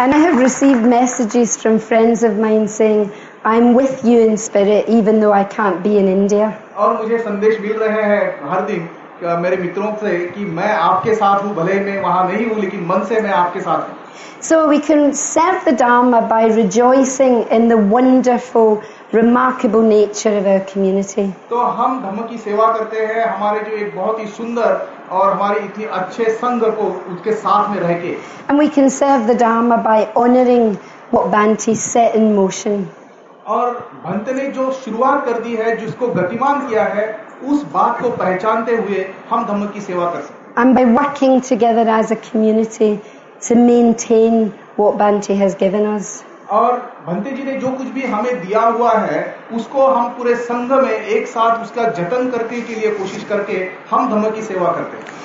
And I have received messages from friends of mine saying, I'm with you in spirit even though I can't be in India.
और मुझे संदेश मिल रहे हैं हर दिन अ, मेरे मित्रों से कि मैं आपके साथ हूँ भले मैं वहाँ नहीं हूँ लेकिन मन से मैं आपके साथ हूँ
So we can serve the Dharma by rejoicing in the wonderful, remarkable nature of our community.
तो हम धर्म की सेवा करते हैं हमारे जो एक बहुत ही सुंदर और हमारे इतने अच्छे संघ को उसके साथ में रह के
And we can serve the Dharma by honouring what Bhante set in motion.
और भंत ने जो शुरुआत कर दी है जिसको गतिमान किया है उस बात को पहचानते हुए हम धर्म की सेवा कर सकते हैं
and by working together as a community to maintain what Banti has given us.
और भंते जी ने जो कुछ भी हमें दिया हुआ है उसको हम पूरे संघ में एक साथ उसका जतन करने के लिए कोशिश करके हम धर्म की सेवा करते हैं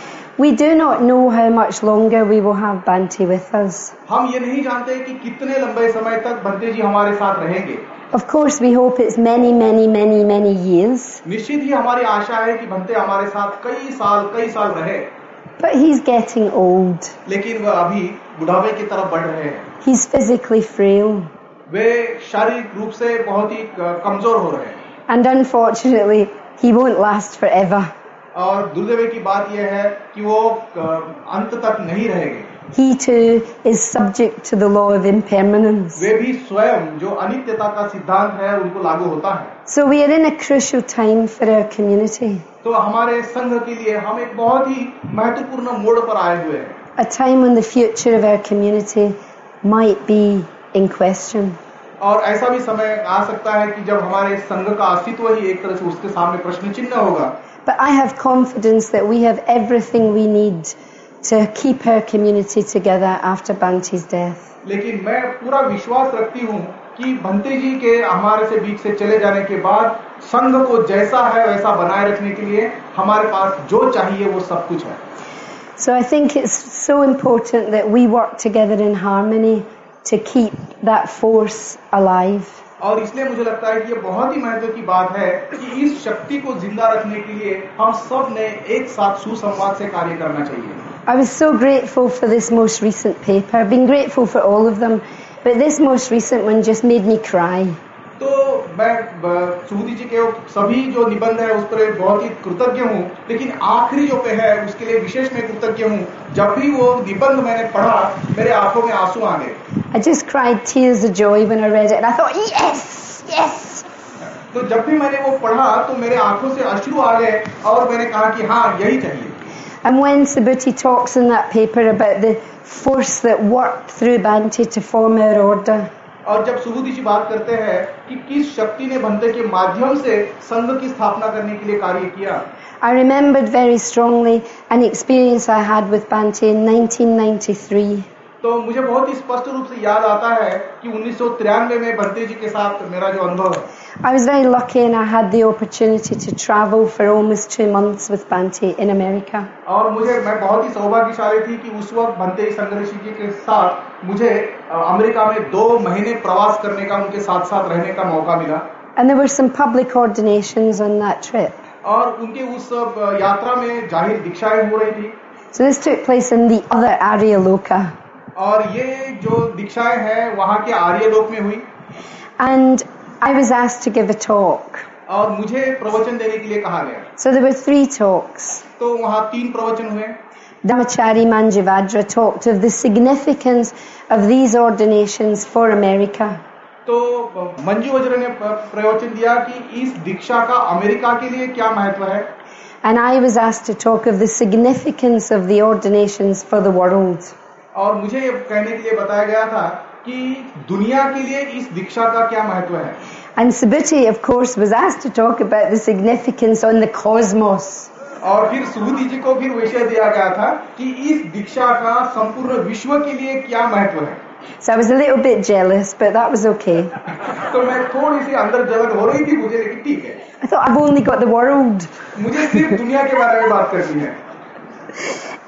We do not know how much longer we will have Banti with us.
हम ये नहीं जानते कि कितने लंबे समय तक भंते जी हमारे साथ रहेंगे
Of course, we hope it's many, many, many, many years,
निश्चित ही हमारी आशा है कि भंते हमारे साथ कई साल कई साल रहे
but he's getting old.
लेकिन वह अभी बुढ़ापे की तरफ बढ़ रहे हैं
He's physically frail,
वे शारीरिक रूप से बहुत ही क- कमजोर हो रहे हैं
and unfortunately, he won't last forever.
और दुर्दैव की बात यह है कि वो क- अंत तक नहीं रहेंगे
He too is subject to the law of impermanence.
वे भी स्वयं जो अनित्यता का सिद्धांत है उनको लागू होता है
So we are in a crucial time for our community,
तो हमारे संघ के लिए हम एक बहुत ही महत्वपूर्ण मोड़ पर आए हुए हैं
a time when the future of our community might be in question.
और ऐसा भी समय आ सकता है कि जब हमारे संघ का अस्तित्व ही एक तरह से उसके सामने प्रश्न चिन्ह होगा
But I have confidence that we have everything we need to keep our community together after Banti's death.
लेकिन मैं पूरा विश्वास रखती हूँ कि भंते जी के हमारे से बीच से चले जाने के बाद संघ को जैसा है वैसा बनाए रखने के लिए हमारे पास जो चाहिए वो सब कुछ है
So I think it's so important that we work together in harmony to keep that force alive.
और इसलिए मुझे लगता है कि ये बहुत ही महत्व की बात है कि इस शक्ति को जिंदा रखने के लिए हम सब ने एक साथ सुसंवाद से कार्य करना चाहिए
I was so grateful for this most recent paper. I've been grateful for all of them, but this most recent one just made me cry.
तो मैं ब- सुबुद्धि जी के वो सभी जो निबंध है उस पर बहुत ही कृतज्ञ हूँ लेकिन आखिरी जो पे है उसके लिए विशेष मैं कृतज्ञ हूँ जब भी वो निबंध मैंने पढ़ा मेरे आंखों में आंसू आ गए
I just cried tears of joy when I read it, and I thought, yes, yes.
तो जब भी मैंने वो पढ़ा तो मेरे आंखों से अश्रु आ गए और मैंने कहा कि हाँ यही चाहिए
And when Sabuti talks in that paper about the force that worked through Banti to form our order,
और जब सुबुद्धि जी बात करते हैं कि किस शक्ति ने बंदे के माध्यम से संघ की स्थापना करने के लिए कार्य किया
I remembered very strongly an experience I had with Banti in 1993.
तो मुझे बहुत ही स्पष्ट रूप से याद आता है कि 1993 में बंते जी के साथ मेरा जो अनुभव है
I was very lucky and I had the opportunity to travel for almost two months with Banti in America.
और मुझे मैं बहुत ही सौभाग्यशाली थी कि उस वक्त बंते संघ ऋषि जी के साथ मुझे अ, अमेरिका में दो महीने प्रवास करने का उनके साथ साथ रहने का मौका मिला
And there were some public ordinations on that trip.
और उनके उस अ, यात्रा में जाहिर दीक्षाएं हो रही थी
So this took place in the other Aryaloka.
और ये जो दीक्षाएं हैं वहाँ के आर्य लोक में हुई
And I was asked to give a talk.
और मुझे प्रवचन देने के लिए कहा गया
So there were three talks.
तो वहाँ तीन प्रवचन हुए
Dhammachari Manjivadra talked of the significance of these ordinations for America.
तो मंजू वज्र ने प- प्रवचन दिया कि इस दीक्षा का अमेरिका के लिए क्या महत्व है
And I was asked to talk of the significance of the ordinations for the world.
और मुझे ये कहने के लिए बताया गया था कि दुनिया के लिए इस दीक्षा का क्या महत्व है
And Subhuti, of course, was asked to talk about the significance on the cosmos.
और फिर सुबुद्धि जी को फिर विषय दिया गया था कि इस दीक्षा का संपूर्ण विश्व के लिए क्या महत्व है
So I was a little bit jealous, but that was okay.
तो मैं थोड़ी सी अंदर जलन हो रही थी मुझे लेकिन ठीक है
I thought I've only got the world.
मुझे सिर्फ दुनिया के बारे में बात करनी है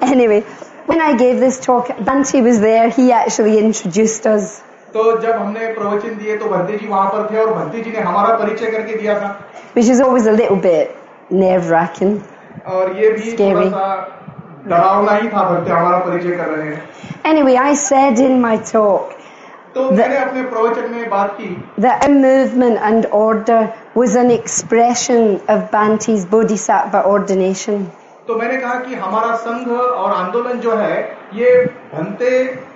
Anyway, when I gave this talk, Banti was there. He actually introduced us.
तो जब हमने प्रवचन दिए तो भंते जी वहां पर थे और भंते जी ने हमारा परिचय करके दिया था
which is always a little bit nerve wracking.
और ये भी
Scary.
थोड़ा सा डरावना ही था भंते हमारा परिचय कर रहे हैं
Anyway, I said in my talk
तो मैंने अपने प्रवचन में बात की
that our movement and order was an expression of Banti's Bodhisattva ordination.
तो मैंने कहा कि हमारा संघ और आंदोलन जो है ये भंते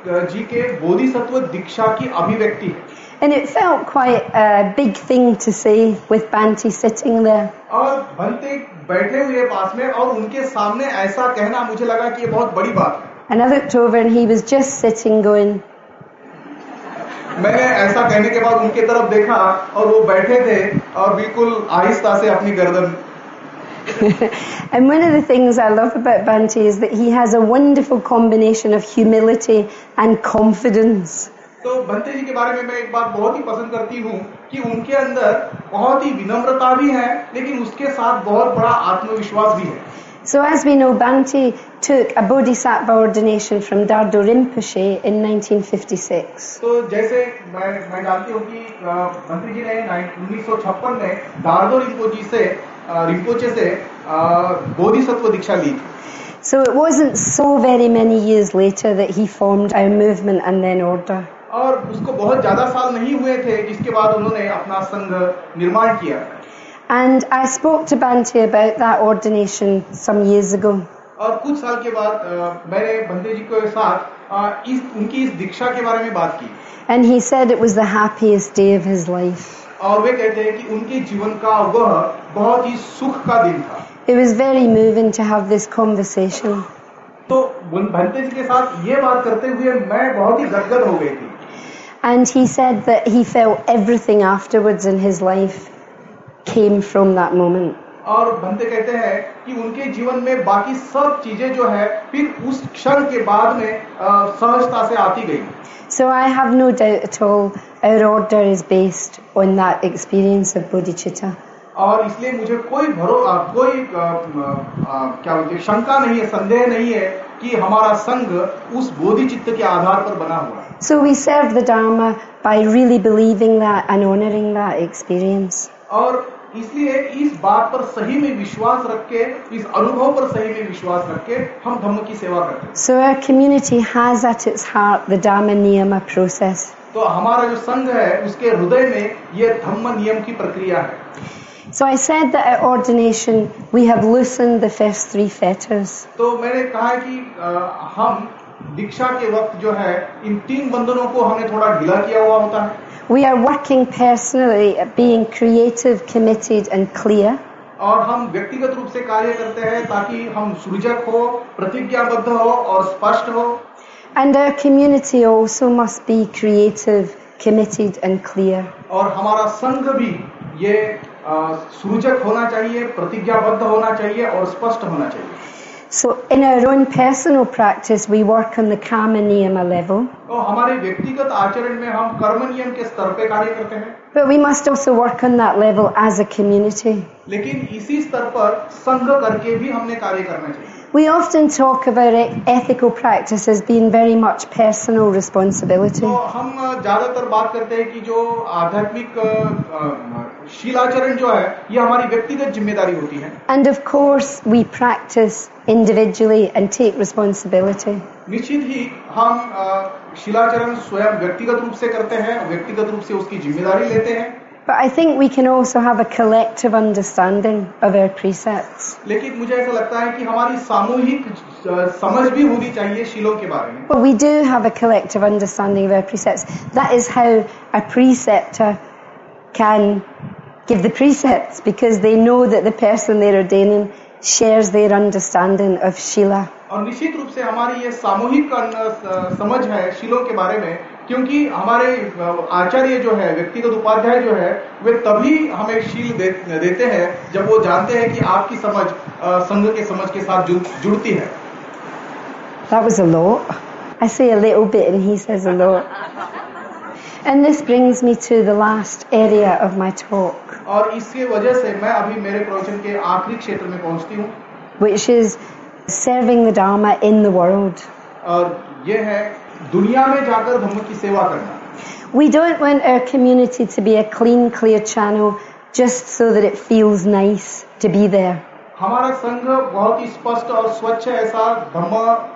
जी के बोधिसत्व दीक्षा की अभिव्यक्ति है
And it felt quite a big thing to say with Banti sitting there.
और भंते बैठे हुए पास में और उनके सामने ऐसा कहना मुझे लगा कि ये बहुत बड़ी बात है
And I looked over and he was just sitting going,
मैंने ऐसा कहने के बाद उनके तरफ देखा और वो बैठे थे और बिल्कुल आहिस्ता से अपनी गर्दन
and one of the things I love about Bhante is that he has a wonderful combination of humility and confidence.
तो बंते जी के बारे में मैं एक बात बहुत ही पसंद करती हूँ कि उनके अंदर बहुत ही विनम्रता भी है लेकिन उसके साथ बहुत बड़ा आत्मविश्वास भी है
So, as we know, Bhante took a bodhisattva ordination from Dardo Rinpoche in 1956.
तो जैसे मैं मैं जानती हूँ कि अ, मंत्री जी ने उन्नीस में दार्दो रिंपोची से अ, रिंपोचे से अ, बोधिसत्व दीक्षा ली थी।
So, it wasn't so very many years later that he formed our movement and then order.
और उसको बहुत ज्यादा साल नहीं हुए थे जिसके बाद उन्होंने अपना संघ निर्माण किया
And I spoke to Bhante about that ordination some years ago.
और कुछ साल के बाद अ, मैंने बंदे जी के साथ अ, इस उनकी इस दीक्षा के बारे में बात की
And he said it was the happiest day of his life.
और वे कहते हैं कि उनके जीवन का वह बहुत ही सुख का दिन था
It was very moving to have this conversation.
तो भंते जी के साथ ये बात करते हुए मैं बहुत ही गदगद हो गई थी
And he said that he felt everything afterwards in his life came from that moment.
और बंदे कहते हैं कि उनके जीवन में बाकी सब चीजें जो है फिर उस क्षण के बाद में अ, सहजता से आती गई
So I have no doubt at all our order is based on that experience of bodhicitta.
और इसलिए मुझे कोई भरो अ, कोई अ, अ, अ, क्या बोलते हैं, शंका नहीं है संदेह नहीं है कि हमारा संघ उस बोधि चित्त के आधार पर बना हुआ है
So we serve the Dharma by really believing that and honouring that experience.
और इसलिए इस बात पर सही में विश्वास रख के इस अनुभव पर सही में विश्वास रख के हम धर्म की सेवा करते हैं
So our community has at its heart the Dharma Niyama process.
तो हमारा जो संघ है उसके हृदय में ये धम्म नियम की प्रक्रिया है
So I said that at ordination we have loosened the first three fetters.
तो मैंने कहा कि अ, हम दीक्षा के वक्त जो है इन तीन बंधनों को हमने थोड़ा ढीला किया हुआ होता है
We are working personally at being creative, committed and clear.
और हम व्यक्तिगत रूप से कार्य करते हैं ताकि हम सृजक हो प्रतिज्ञाबद्ध हो और स्पष्ट हो
And our community also must be creative, committed and clear.
और हमारा संघ भी ये अ, सृजक होना चाहिए प्रतिज्ञाबद्ध होना चाहिए और स्पष्ट होना चाहिए
So in our own personal practice we work on the karma niyama level,
तो हमारे व्यक्तिगत आचरण में हम कर्म नियम के स्तर पे कार्य करते हैं
but we must also work on that level as a community.
लेकिन इसी स्तर पर संघ करके भी हमने कार्य करना चाहिए
We often talk about e- ethical practice as being very much personal responsibility.
तो हम ज्यादातर बात करते हैं कि जो आध्यात्मिक अ, अ, शीलाचरण जो है ये हमारी व्यक्तिगत जिम्मेदारी होती है
And of course we practice individually and take responsibility.
निश्चित ही हम अ, शीलाचरण स्वयं व्यक्तिगत रूप से करते हैं व्यक्तिगत रूप से उसकी जिम्मेदारी लेते हैं
But I think we can also have a collective understanding of our precepts.
लेकिन मुझे ऐसा लगता है कि हमारी सामूहिक अ, समझ भी होनी चाहिए शीलों के बारे में
Well, we do have a collective understanding of our precepts. That is how a preceptor can give the precepts because they know that the person they're ordaining shares their understanding of Shila.
और निश्चित रूप से हमारी ये सामूहिक अ, समझ है शीलों के बारे में क्योंकि हमारे अ, आचार्य जो है व्यक्तिगत उपाध्याय जो है वे तभी हमें शील दे, देते हैं जब वो जानते हैं कि आपकी समझ अ, संघ के समझ के साथ जुड़, जुड़ती है
That was a lot. I say a little bit and he says a lot. And this brings me to the last area of my talk,
और इसके वजह से मैं अभी मेरे प्रवचन के आखिरी क्षेत्र में पहुंचती हूँ
which is serving the Dharma in the world.
और ये है दुनिया में जाकर धर्म की सेवा करना
We don't want our community to be a clean, clear channel just so that it feels nice to be there.
हमारा संघ बहुत ही स्पष्ट और स्वच्छ ऐसा धर्म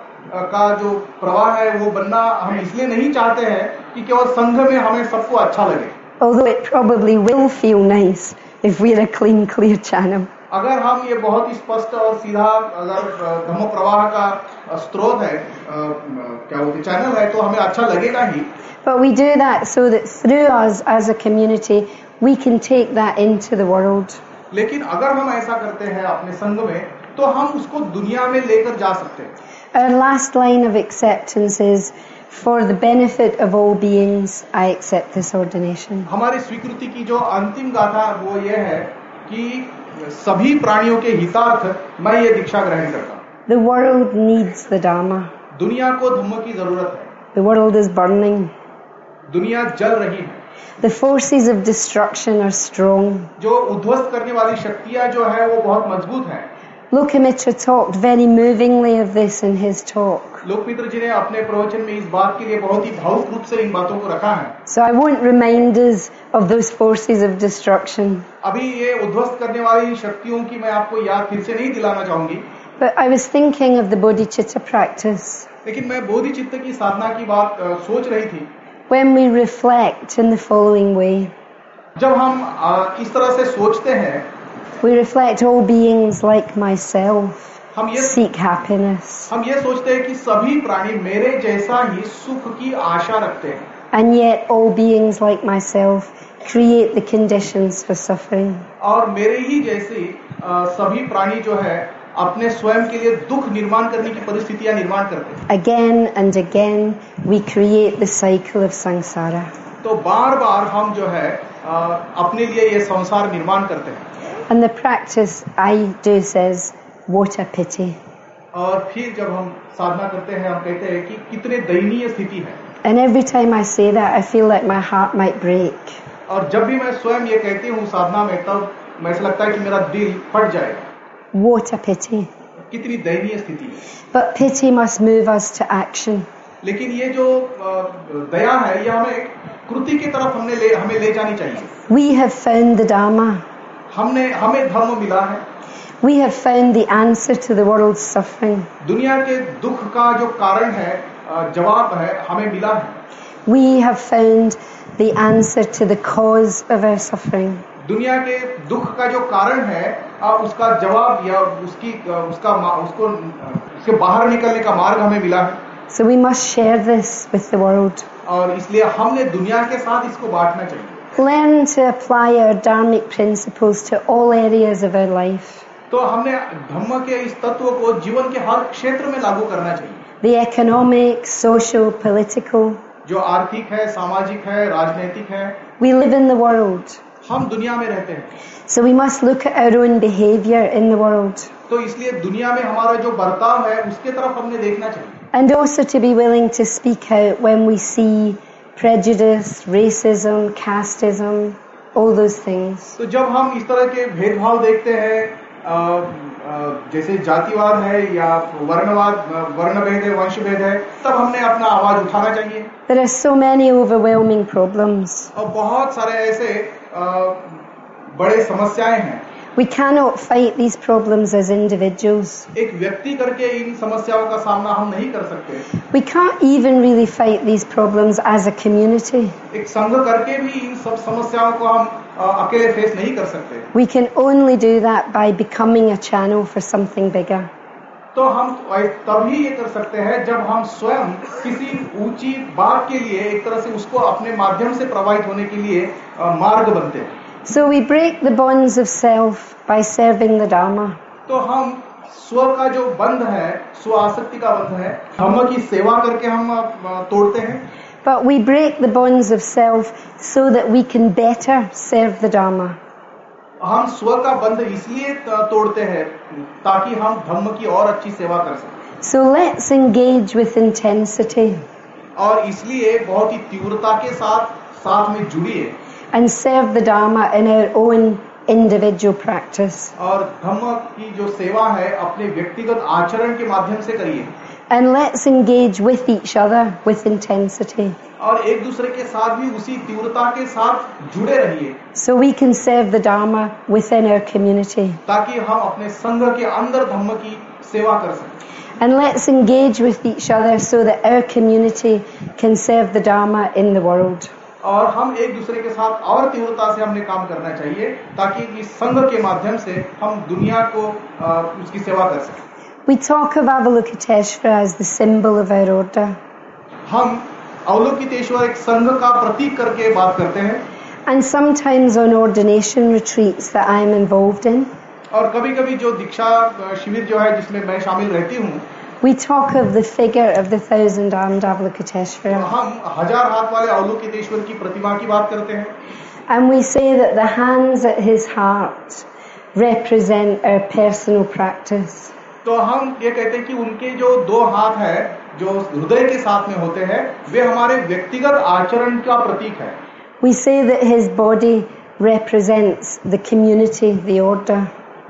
का जो प्रवाह है वो बनना हम इसलिए नहीं चाहते हैं कि केवल संघ में हमें सबको अच्छा लगे
Although it probably will feel nice if we're a clean, clear channel.
अगर हम ये बहुत ही स्पष्ट और सीधा अगर धर्म प्रवाह का स्रोत है अ, क्या बोलते हैं, चैनल है तो हमें अच्छा लगेगा ही
But we do that so that through us as a community, we can take that into the world.
लेकिन अगर हम ऐसा करते हैं अपने संघ में तो हम उसको दुनिया में लेकर जा सकते हैं
Our last line of acceptance is, for the benefit of all beings, I accept this ordination.
हमारी स्वीकृति की जो अंतिम गाथा वो ये है कि सभी प्राणियों के हितार्थ मैं ये दीक्षा ग्रहण करता हूँ
The world needs the Dharma.
दुनिया को धम्म की जरूरत है
The world is burning.
दुनिया जल रही है
The forces of destruction are strong.
जो उध्वस्त करने वाली शक्तियां जो है वो बहुत मजबूत हैं
Lokamitra talked very movingly of this in his talk.
लोकमित्र जी ने अपने प्रवचन में इस बात के लिए बहुत ही भावुक रूप से इन बातों को रखा है
So I won't remind us of those forces of destruction.
अभी ये उध्वस्त करने वाली इन शक्तियों की मैं आपको याद फिर से नहीं दिलाना चाहूंगी
But I was thinking of the bodhicitta practice.
लेकिन मैं बोधिचित्त की साधना की बात अ, सोच रही थी
When we reflect in the following way,
जब हम अ, इस तरह से सोचते हैं
we reflect all beings like myself
हम ये
seek happiness,
हम ये सोचते हैं कि सभी प्राणी मेरे जैसा ही सुख की आशा रखते हैं
and yet all beings like myself create the conditions for suffering.
और मेरे ही जैसे अ, सभी प्राणी जो है अपने स्वयं के लिए दुख निर्माण करने की परिस्थितियां निर्माण करते हैं
Again and again, we create the cycle of samsara.
तो बार बार हम जो है अ, अपने लिए ये संसार निर्माण करते हैं
And the practice I do says, what a pity.
और फिर जब हम साधना करते हैं हम कहते हैं कि कितने दयनीय स्थिति है
And every time I say that, I feel like my heart might break.
और जब भी मैं स्वयं ये कहती हूँ साधना में तब मैं ऐसा लगता है कि मेरा दिल फट जाएगा
What a pity.
कितनी दयनीय स्थिति है
But pity must move us to action.
लेकिन ये जो अ, दया है ये हमें कृति की तरफ हमने ले हमें ले जानी चाहिए
We have found the Dharma.
हमने हमें धर्म मिला है
We have found the answer to the world's suffering.
दुनिया के दुख का जो कारण है अ, जवाब है हमें मिला है
We have found the answer to the cause of our suffering.
दुनिया के दुख का जो कारण है अ, उसका जवाब या उसकी अ, उसका मा- उसको अ, उसके बाहर निकलने का मार्ग हमें मिला है
So we must share this with the world.
और इसलिए हमने दुनिया के साथ इसको बांटना चाहिए
Learn to apply our dharmic principles to all areas of our life.
तो हमने धम्म के इस तत्व को जीवन के हर क्षेत्र में लागू करना चाहिए
The economic, social, political.
जो आर्थिक है सामाजिक है राजनीतिक है
We live in the world.
हम दुनिया में रहते हैं
So we must look at our own behaviour in the world
तो इसलिए दुनिया में हमारा जो बर्ताव है उसके तरफ हमने देखना चाहिए
and also to be willing to speak out when we see prejudice, racism, casteism, all those things.
तो जब हम इस तरह के भेदभाव देखते हैं अ, अ, जैसे जातिवाद है या वर्णवाद अ, वर्णभेद है वंशभेद है तब हमने अपना आवाज उठाना चाहिए
There are so many overwhelming problems.
और बहुत सारे ऐसे अ, बड़े समस्याएं हैं
We cannot fight these problems as individuals.
एक व्यक्ति करके इन समस्याओं का सामना हम नहीं कर सकते
We can't even really fight these problems as a community.
एक संघ करके भी इन सब समस्याओं को हम अ, अकेले फेस नहीं कर सकते
We can only do that by becoming a channel for something bigger.
तो हम तभी ये कर सकते हैं जब हम स्वयं किसी ऊंची बात के लिए एक तरह से उसको अपने माध्यम से प्रभावित होने के लिए अ, मार्ग बनते हैं
So we break the bonds of self by serving the Dharma.
तो हम स्व का जो बंध है स्व आसक्ति का बंध है धर्म की सेवा करके हम अ, तोड़ते हैं
But we break the bonds of self so that we can better serve the Dharma.
हम स्व का बंध इसलिए त- तोड़ते हैं ताकि हम धर्म की और अच्छी सेवा कर सकें
So let's engage with intensity
और इसलिए बहुत ही तीव्रता के साथ साथ में जुड़िए
and serve the Dharma in our own individual practice.
और धम्म की जो सेवा है अपने व्यक्तिगत आचरण के माध्यम से करिए
And let's engage with each other with intensity
और एक दूसरे के साथ भी उसी तीव्रता के साथ जुड़े रहिए
so we can serve the Dharma within our community.
ताकि हम अपने संघ के अंदर धम्म की सेवा कर सकें
And let's engage with each other so that our community can serve the Dharma in the world.
और हम एक दूसरे के साथ और तीव्रता से हमने काम करना चाहिए ताकि इस संघ के माध्यम से हम दुनिया को अ, उसकी सेवा कर सकें
We talk of Avalokiteshvara as the symbol of our order.
हम अवलोकितेश्वर एक संघ का प्रतीक करके बात करते हैं
And sometimes on ordination retreats that I am involved in,
और कभी कभी जो दीक्षा अ, शिविर जो है जिसमें मैं शामिल रहती हूँ
we talk of the figure of the thousand armed
तो
Avalokiteshvara.
हम हजार हाथ वाले अवलोकितेश्वर की प्रतिमा की बात करते हैं
And we say that the hands at his heart represent our personal practice.
तो हम ये कहते हैं कि उनके जो दो हाथ है जो हृदय के साथ में होते हैं वे हमारे व्यक्तिगत आचरण का प्रतीक है
We say that his body represents the community, the order.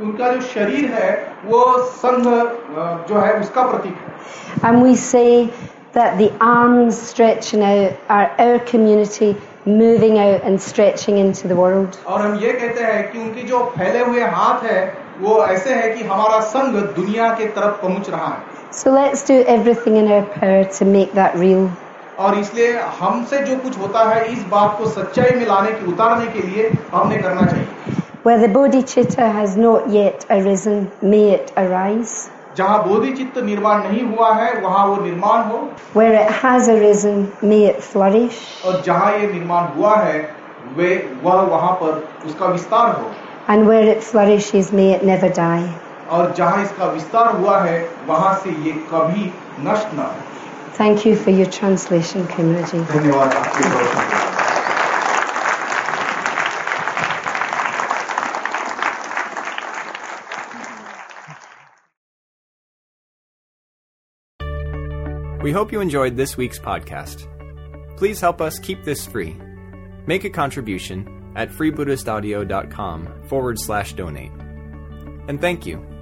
उनका जो शरीर है वो संघ अ, जो है उसका प्रतीक है
And we say that the arms stretching out are our community moving out and stretching into the world.
और हम ये कहते हैं कि उनके जो फैले हुए हाथ है वो ऐसे है कि हमारा संघ दुनिया के तरफ पहुंच रहा है
So let's do everything in our power to make that real.
और इसलिए हमसे जो कुछ होता है इस बात को सच्चाई में लाने की उतारने के लिए हमने करना चाहिए
Where the bodhicitta has not yet arisen, may it arise.
जहाँ बोधिचित्त निर्माण नहीं हुआ है वहाँ वो निर्माण हो
Where it has arisen, may it flourish.
और जहाँ ये निर्माण हुआ है वे वह वहाँ पर उसका विस्तार हो
And where it flourishes, may it never die.
और जहाँ इसका विस्तार हुआ है वहाँ से ये कभी नष्ट न हो
Thank you for your translation, Kimraji.
धन्यवाद आपके बहुत धन्यवाद
We hope you enjoyed this week's podcast. Please help us keep this free. Make a contribution at freebuddhistaudio.com forward slash donate. And thank you